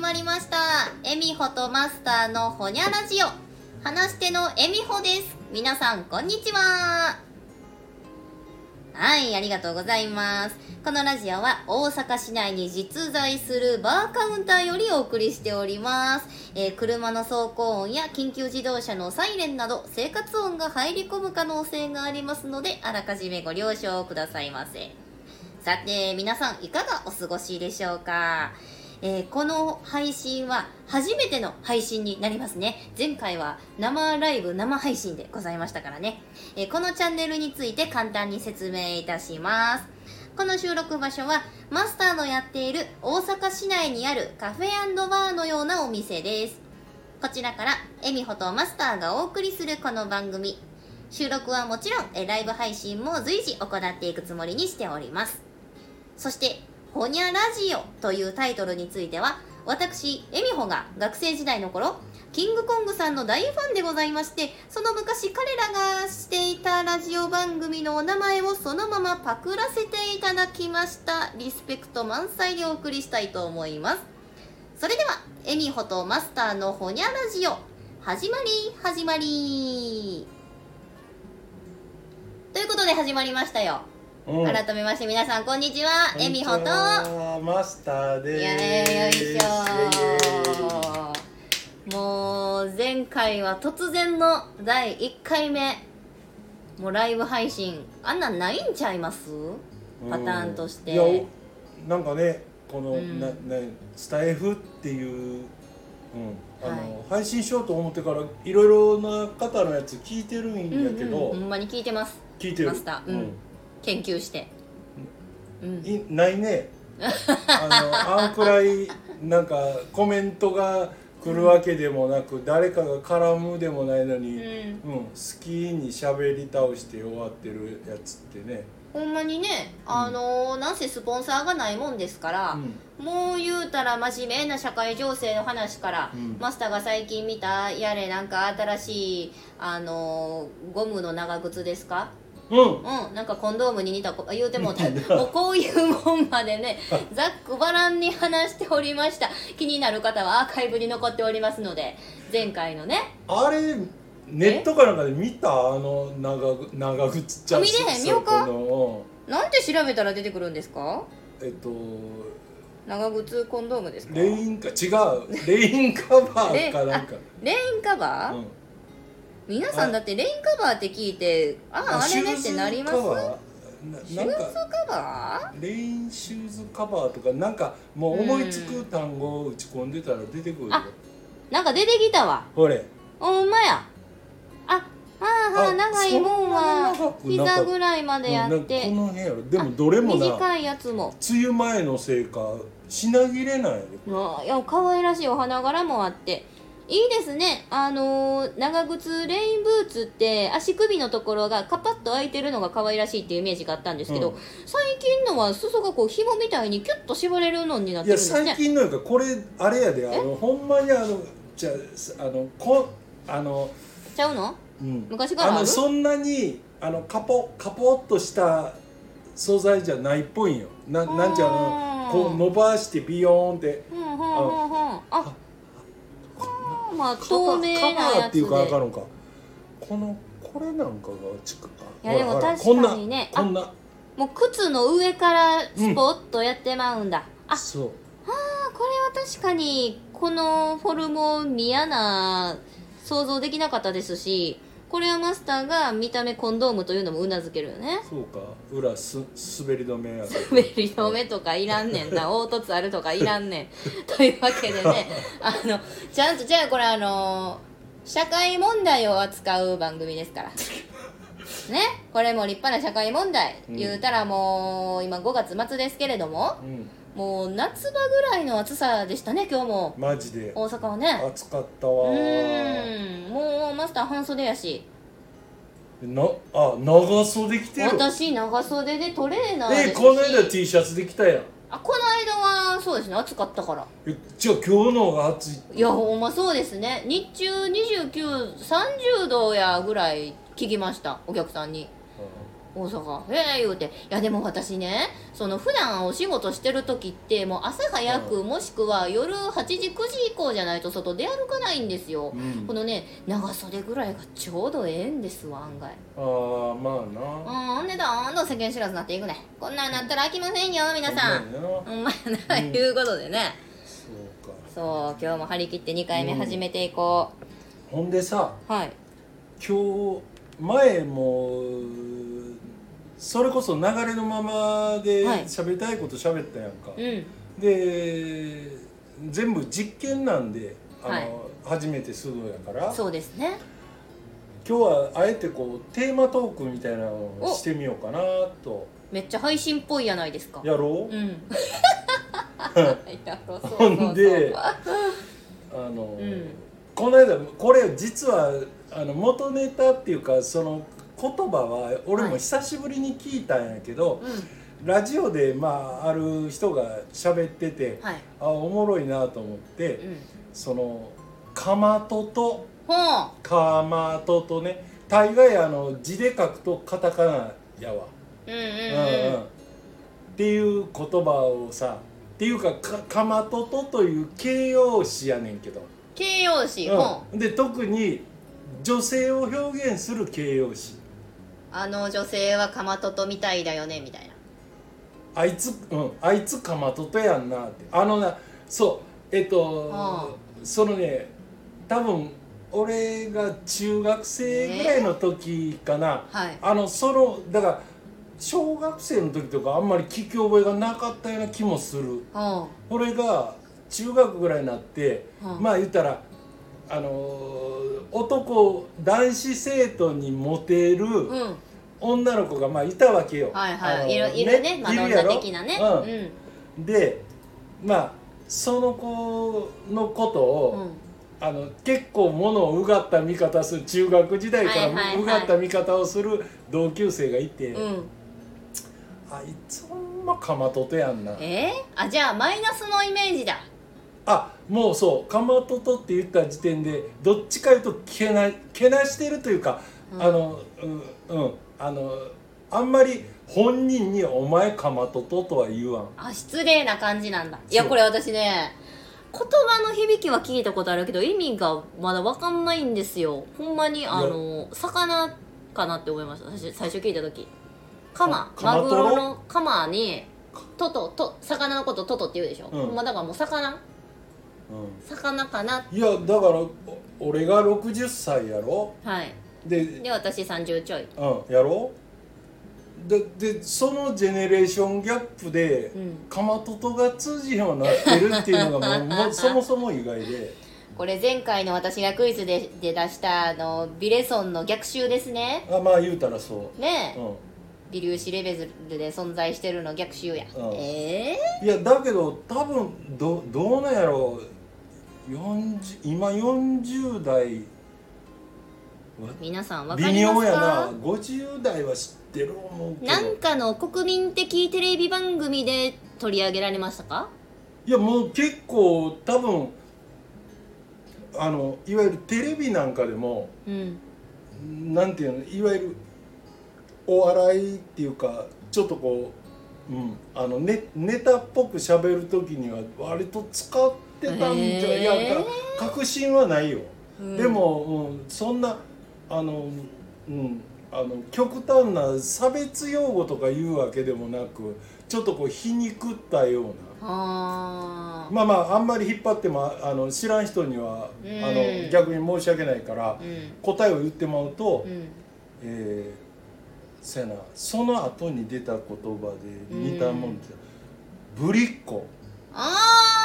まりましたエミホとマスターのほにゃラジオ話し手のエミホです皆さんこんにちははいありがとうございますこのラジオは大阪市内に実在するバーカウンターよりお送りしております、えー車の走行音や緊急自動車のサイレンなど生活音が入り込む可能性がありますのであらかじめご了承くださいませさて皆さんいかがお過ごしでしょうか、えーこの配信は初めての配信になりますね前回は生ライブ生配信でございましたからね、えーこのチャンネルについて簡単に説明いたしますこの収録場所はマスターのやっている大阪市内にあるカフェバーのようなお店ですこちらからエミホとマスターがお送りするこの番組収録はもちろんえーライブ配信も随時行っていくつもりにしておりますそして、ほにゃラジオというタイトルについては、私、エミホが学生時代の頃、キングコングさんの大ファンでございまして、その昔彼らがしていたラジオ番組のお名前をそのままパクらせていただきました。リスペクト満載でお送りしたいと思います。それでは、エミホとマスターのほにゃラジオ、始まり、始まり。ということで始まりましたよ。うん改めまして皆さんこんにちは、えみほとマスターいでやーねすよいしょもう前回は突然の第1回目もうライブ配信あんなんないんちゃいますイエーイパターンとしていやなんかねこの、うんななスタイフっていう、うんあのは配信しようと思ってからいろいろな方のやつ聞いてるんやけうんど、うん、ほんまに聞いてます聞いてるマスターうん研究してうんうんいないねあのあんくらいなんかコメントが来るわけでもなく、誰かが絡むでもないのうに、んうん、好きに喋り倒して終わってるやつってね、ほんまにねあのーなんせスポンサーがないもんですから、うんもう言うたら真面目な社会情勢の話から、うんマスターが最近見たやれなんか新しいあのーゴムの長靴ですかうんうんなんかコンドームに似たこ言うてもうたもうこういうもんまでね ざっくばらんに話しておりました気になる方はアーカイブに残っておりますので前回のねあれネットかなんかで見たあの長ぐ長靴ちゃあ見れへんそ見ようかそこなんて調べたら出てくるんですかのうんえっと長靴コンドームですかレインか違うレインカバーかなんか、レインカバー、うん、皆さんだってレインカバーって聞いてあああれねってなりますシューズカバーななシューんかズカバーレインシューズカバーとかなんかもう思いつく単語を打ち込んでたら出てくるよあなんか出てきたわほれほんまやあはあはああ長いもんそんな長はくなかっ膝ぐらいまうんでやなっんかこて、の辺やろでもどれもな短いやつも梅雨前のせいか品切れないあいや可愛らしいお花柄もあっていいですねあのー長靴レインブーツって足首のところがカパッと開いてるのが可愛らしいっていうイメージがあったんですけど、うん最近のは裾がこう紐みたいにキュッと絞れるのになっいてるんでやす最ね近のやからこれあれやであのほんまにあのじゃああのこあのちゃうのうん昔かあらあのるそんなにあのカポカポっとした素材じゃないっぽいんよななんちゃうのこう伸ばしてビヨーンってうんうんうんうんああーまあカバー透明なカバーやっつてでいうかあかんのかこのこれなんかが近くいやでもほら確ほらかにねこんなこんもう靴の上からスポッとやってまうんだ、あなそうあこれは確かにこのフォルム嫌な想像できなかったですしこれはマスターが見た目コンドームというのもうなずけるよね そうか裏す滑り止めやから滑り止めとかいらんねんな凹凸あるとかいらんねんというわけでね あのちゃんとじゃあこれあの社会問題を扱う番組ですから ねこれも立派な社会問題、うん言うたらもう今5月末ですけれどもうんもう夏場ぐらいの暑さでしたね今日もマジで大阪はね暑かったうわーんもうマスター半袖やしなあ長袖着てる私長袖でトレーナーですえしこの間 T シャツで着たやんあこの間はそうですね暑かったからえじゃあ今日の方が暑いいやほんまそうですね日中2930度やぐらい聞きましたお客さんに大阪へえ言うていやでも私ねその普段お仕事してる時ってもう朝早くもしくは夜8時9時以降じゃないと外出歩かないんですよ、うんこのね長袖ぐらいがちょうどええんですわ案外ああまうんあなほんでどんどん世間知らずになっていくねこんなんなったら飽きませんよ皆さんほんまやなほんまやな、うんいうことでねそうかそう今日も張り切って2回目始めていこほんでさう、はい今日前もそれこそ流れのままではい喋りたいこと喋ったやんか、うんで全部実験なんであの、はい初めてするのやから今そうですね日はあえてこうテーマトークみたいなのをしてみようかなとめっちゃ配信っぽいやないですかやろうう、んいやそうそうそうほん であの、うんこの間これ実はあの元ネタっていうかその言葉は俺も久しぶりに聞いたんやけど、うんラジオでまあある人が喋っててはいあおもろいなと思って、うんそのかまととほうかまととね大概あの字で書くとカタカナやわ、うんうんううんっていう言葉をさっていうかかかまととという形容詞やねんけど、形容詞ほううんで特に女性を表現する形容詞あの女性はかまととみたいだよねみたいなあいつ、うん、あいつかまととやんなってあのなそうえっとそのね多分俺が中学生ぐらいの時かな、はいあのそのだから小学生の時とかあんまり聞き覚えがなかったような気もするほ俺が中学ぐらいになって、うんまあ言ったらあのー男男子生徒にモテる、ううん女の子がまあいたわけよ。はいあはのいいるいるねマドンナやろ的なねううんんでまあその子のことを、うんあの結構ものをうがった見方する中学時代からはいはいはいうがった見方をする同級生がいて、うんあいつほんまかまととやんなえーあじゃあマイナスのイメージだあもうそうかまととって言った時点でどっちかいうとけなけなしてるというか、うんあのうん、うん、あのあんまり本人に「お前かまとと」とは言わん。あ失礼な感じなんだいやそうこれ私ね言葉の響きは聞いたことあるけど意味がまだ分かんないんですよほんまにあの魚かなって思いました最初最初聞いた時カマあカママグトロロのカマにトトと魚のことトトって言うでしょ、うんほんまだからもう魚うん魚かないやだからお俺が60歳やろはいで、で私30ちょいうん、やろででそのジェネレーションギャップで、うんかまととが通じようになってるっていうのが もうもうそもそも意外でこれ前回の私がクイズでで出したあのビレソンの逆襲ですねあまあ言うたらそねう、え、う微粒子レベルで存在してるの逆襲や、うんええん、いやだけど多分どどうなんやろう40今40代皆さんわか微りま妙すやなか50代は知ってる思うけどなんかの国民的テレビ番組で取り上げられましたかいやもう結構多分あのいわゆるテレビなんかでもうんなんていうのいわゆるお笑いっていうかちょっとこう、うん、あのネネタっぽく喋る時には割と使ってたんじゃ、へーいやか確信はないよ、うんでも、うん、そんなあの、うん、あの極端な差別用語とかいうわけでもなくちょっとこう皮肉ったような。あーまあまああんまり引っ張ってもああの知らん人には、うんあの逆に申し訳ないから、うん答えを言ってまうと、うんえーそやなその後に出た言葉で似たもんって、ぶりっ子あ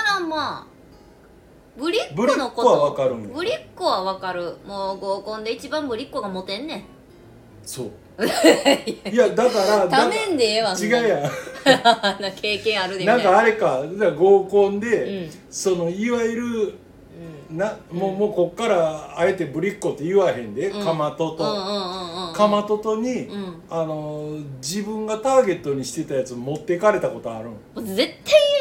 らまあぶりっ子ぶりっの子こはわとかるんぶやりっ子はわかるもう合コンで一番ぶりっ子がモテん ねそういやだから んためんでええわだみん違うなや な経験あるでんみたないんなかあれかだから合コンうで、んそのいわゆるうなもうもうこっからあえてぶりっ子って言わへんで、うんかまとんうんうと、んうんうんかまととに、うんあのー自分がターゲットにしてたやつ持ってかれたことあるんもう絶対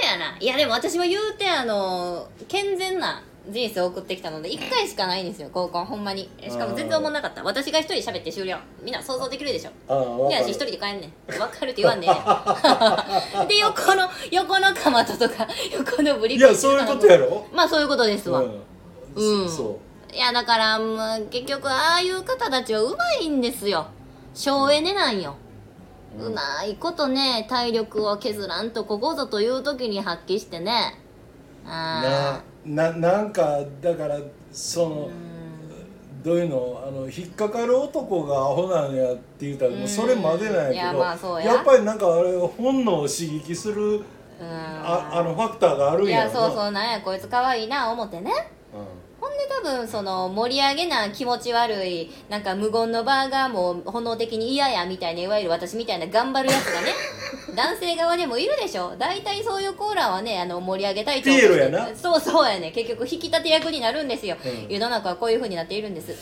嫌やないやでも私は言うてあの健全な人生を送ってきたので1回しかないんですよ合コンほんまにえしかも全然思んなかった私が一人喋って終了みんな想像できるでしょああ分いやか私る一人で帰んねん分かるって言わんねん で横の横のかまととか横のブリいやそういうことやろまあそういうことですわ、うんうんそいやだから、まあ、結局ああいう方たちはうまいんですよ省エネなんよ、ううんまいことね体力を削らんとここぞという時に発揮してねうあなななんかだからその、どういうのあの引っかかる男がアホなんやって言ったらもうそれまでなんやけどいやまあそうやっぱりなんかあれ本能を刺激するーうんああのファクターがあるんいややろそうそうなんやこいつ可愛いな思ってねほんで多分その盛り上げな気持ち悪いなんか無言のバーガーも本能的に嫌やみたいないわゆる私みたいな頑張るやつが ね男性側でもいるでしょ大体そういうコーラはねあの盛り上げたいと思ってピエロやなそうそうやね結局引き立て役になるんですよ、うん世の中はこういう風になっているんです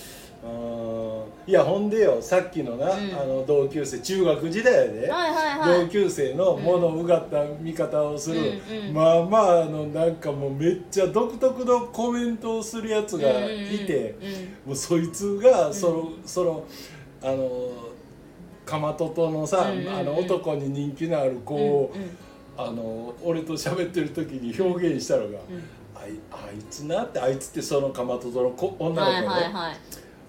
うんうんいやほんでよさっきのな、うんあの同級生中学時代やで、はいはいは同い級生のものうがった見方をする、うんうんまあまああのなんかもうめっちゃ独特のコメントをするやつがいて、うんうんうんもうそいつがその、そのあのかまととのさ、うんうんうんあの男に人気のある子を、うんうんあの俺と喋ってる時に表現したのが、うんあいあいつなってあいつってそのかまととの子女のは子いね、はいはい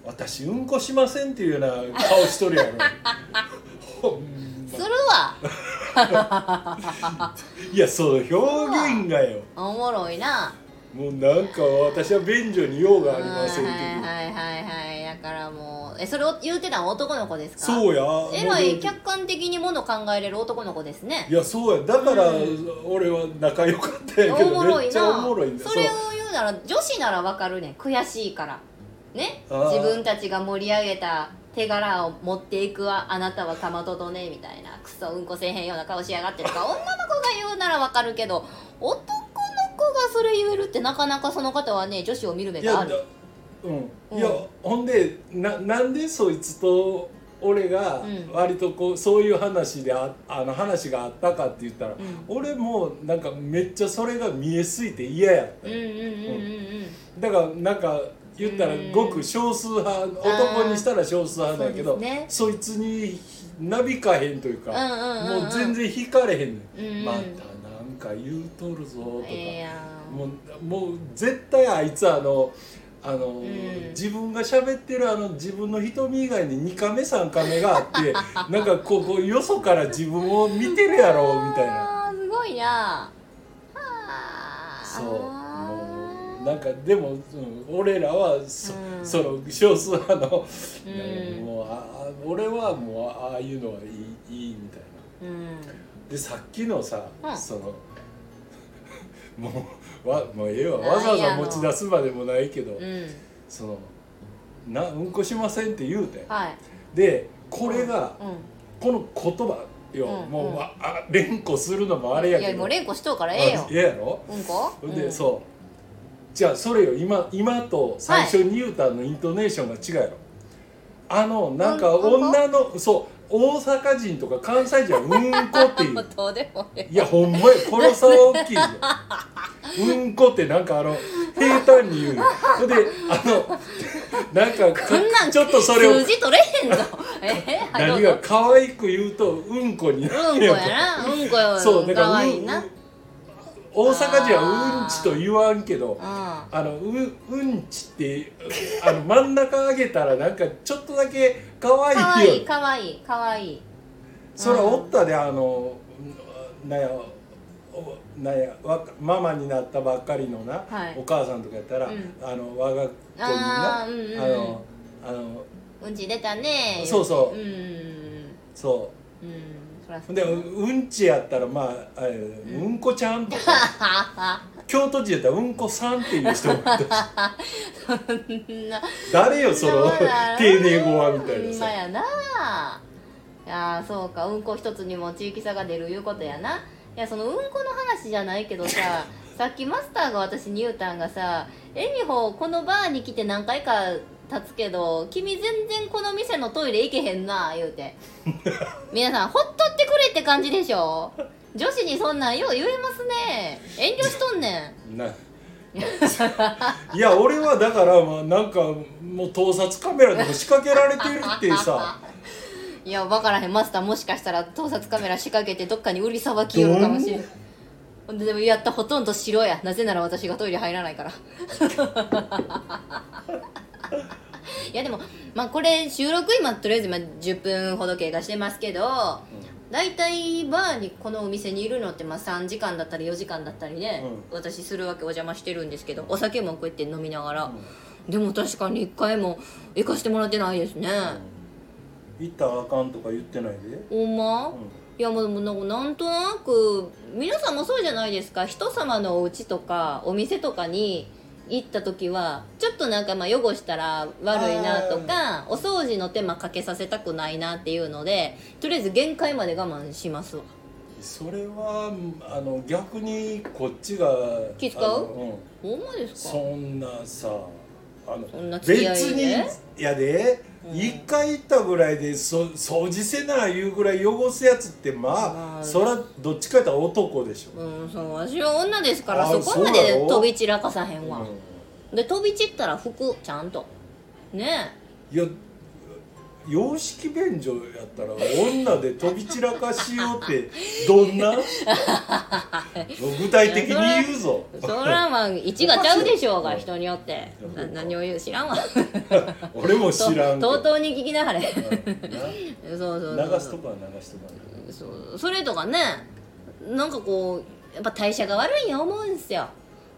私うんこしませんっていうような顔しと るやろほんするわ いやその表現がよおもろいなもうなんか私は便所に用がありませんけど、はいはいはいはいだからもうえそれを言うてたのは男の子ですかそうやえらいもう客観的にもの考えれる男の子ですねいやそうやだからうん俺は仲良かったんやけおどもろめいっちゃなおもろいんだそれを言うなら女子ならわかるねん悔しいからねあー自分たちが盛り上げた手柄を持っていくわあなたはかまととねみたいなクソうんこせえへんような顔しやがってとか女の子が言うならわかるけど男の子がそれ言えるってなかなかその方はね女子を見る目いやがあだるうん、うんいやほんでななんでそいつと俺がうん割とこうそういう話でああの話があったかって言ったら、ん俺もなんかめっちゃそれが見えすぎて嫌やったうんうんうんうんうんだからなんか言ったらうんごく少数派男にしたら少数派だけそどうですねそいつになびかへんというか、うんうんうんうんもう全然引かれへんねん、うんうんまたなんか言うとるぞとか、ええやんもうもう絶対あいつあのあの、ん自分が喋ってるあの自分の瞳以外に2カメ3カメがあってなんかこうこうよそから自分を見てるやろみたいな。あーすごいなあーそうもうあなんかでも、うん俺らはそ,、うんその少数派の、うんもうああ俺はもうああいうのはいいいいみたいなーうんでさっきのさ、うんその もうわもうええわなんやわざわざの持ち出すまでもないけど、うんそのなうんこしませんって言うてはいでこれが、うんこの言葉よ、うんもう、うんわあ連呼するのもあれやいけやもどう連呼しとうからええよあええやろうんこほんで、んそうじゃあそれよ今今と最初に言うたのイントネーションが違うやろ、あのなんうんかうんこ女のそう大阪人とか関西人はうんこっていうもうどうでもええいやほんまやこの差は大きいようんこってなんかあの平坦に言うよほんであのなんかかこんなんちょっとそれ数を字取れへんぞ えーはいどう何ぞが可愛く言うとうんこになうんこるやんなうんこやそうだからかわいいうなん大阪人はうんちと言わんけどうあのううんちってあの真ん中上げたらなんかちょっとだけ可んかわ愛いよいいかわいいかわいいそれおったであのなんやおなんやわママになったばっかりのな、はいお母さんとかやったら、うんあの我が子になあーうんうんうんあのあのうんち出たねそうそううんそうんそらそううでううんちやったらまああれうん、こちゃんとか 京都人やったらうんこさんっていう人もいたしそんな誰よそのそんなことある丁寧語はみたほいなんさま。やないやーそうかうんこ一つにも地域差が出るいうことやないやそのうんこの話じゃないけど ささっきマスターが私に言うたんがさ「えみほこのバーに来て何回か経つけど君全然この店のトイレ行けへんな」言う て皆さんほっとってくれって感じ でしょ女子にそんなんよう言えますね遠慮しとんねんないや俺はだからまあなんかもう盗撮カメラでも仕掛けられてるってさ いや分からへんマスターもしかしたら盗撮カメラ仕掛けてどっかに売りさばきよるかもしれんほんででもやったほとんど白やなぜなら私がトイレ入ら ないからいやでもまあこれ収録今とりあえず今10分ほど経過してますけど大体バーにこのお店にいるのってまあ3時間だったり4時間だったりね、私するわけお邪魔してるんですけどお酒もこうやって飲みながら、でも確かに1回も行かしてもらってないですね、行ったらあかんとか言ってないで、ほんま、うんいやもうなんかなんとなく皆さんもそうじゃないですか人様のお家とかお店とかに行った時はちょっとなんかまあ汚したら悪いなとかお掃除の手間かけさせたくないなっていうのでとりあえず限界まで我慢しますわそれはあの逆にこっちが気使うあのんほんまですかそんなさあのそんな別付き合いでにやで、うん一回行ったぐらいでそ掃除せないうぐらい汚すやつってままああそらどっちかやったら男でしょ、うんそう私は女ですからあそこまでそうだろ飛び散らかさへんわ、うで飛び散ったら服ちゃんとねえんいや洋式便所やったら女で飛び散らかし ようってどんな具体的に言うぞそら まあ一がちゃうでしょうおがかしい人によってそうかな何を言う知らんわ俺も知らんけとどとうとうに聞きなはれそううそうそんうな流すとこは流すとこはそうそれとかねなんかこうやっぱ代謝が悪いんや思うんすよ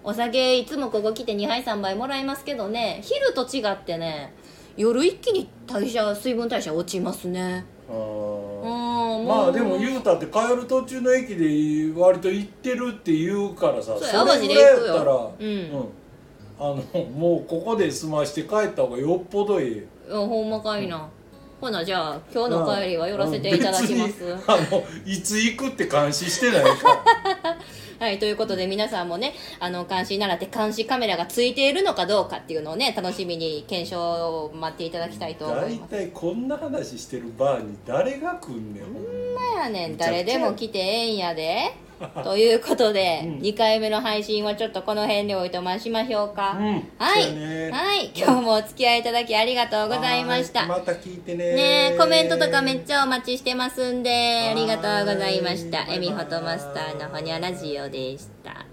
お酒いつもここ来て2杯3杯もらいますけどね昼と違ってね夜一気に代謝水分代謝落ちますねあうんーもうまあでも言うたって帰る途中の駅で割と行ってるって言うからさそうやれぐらいやっ淡路で行くたら、ようんあのもうここで済まして帰った方がよっぽどいいうんほんまかいな、ほなじゃあ今日のお帰りは寄らせていただきます、うん別にあのいつ行くって監視してないからはい、ということで皆さんもね、あの、監視ならって監視カメラがついているのかどうかっていうのをね、楽しみに検証を待っていただきたいと思大います。体こんな話してるバーに誰が来んねんほんままやねん、誰でも来てええんやで。ということで、うん2回目の配信はちょっとこの辺でおいとましましょうか。うんはそうい、やねはい、今日もお付き合いいただきありがとうございましはた。いまた聞いてねねえコメントとかめっちゃお待ちしてますんでいありがとうございましたバイバイえみほとマスターのほにゃラジオでした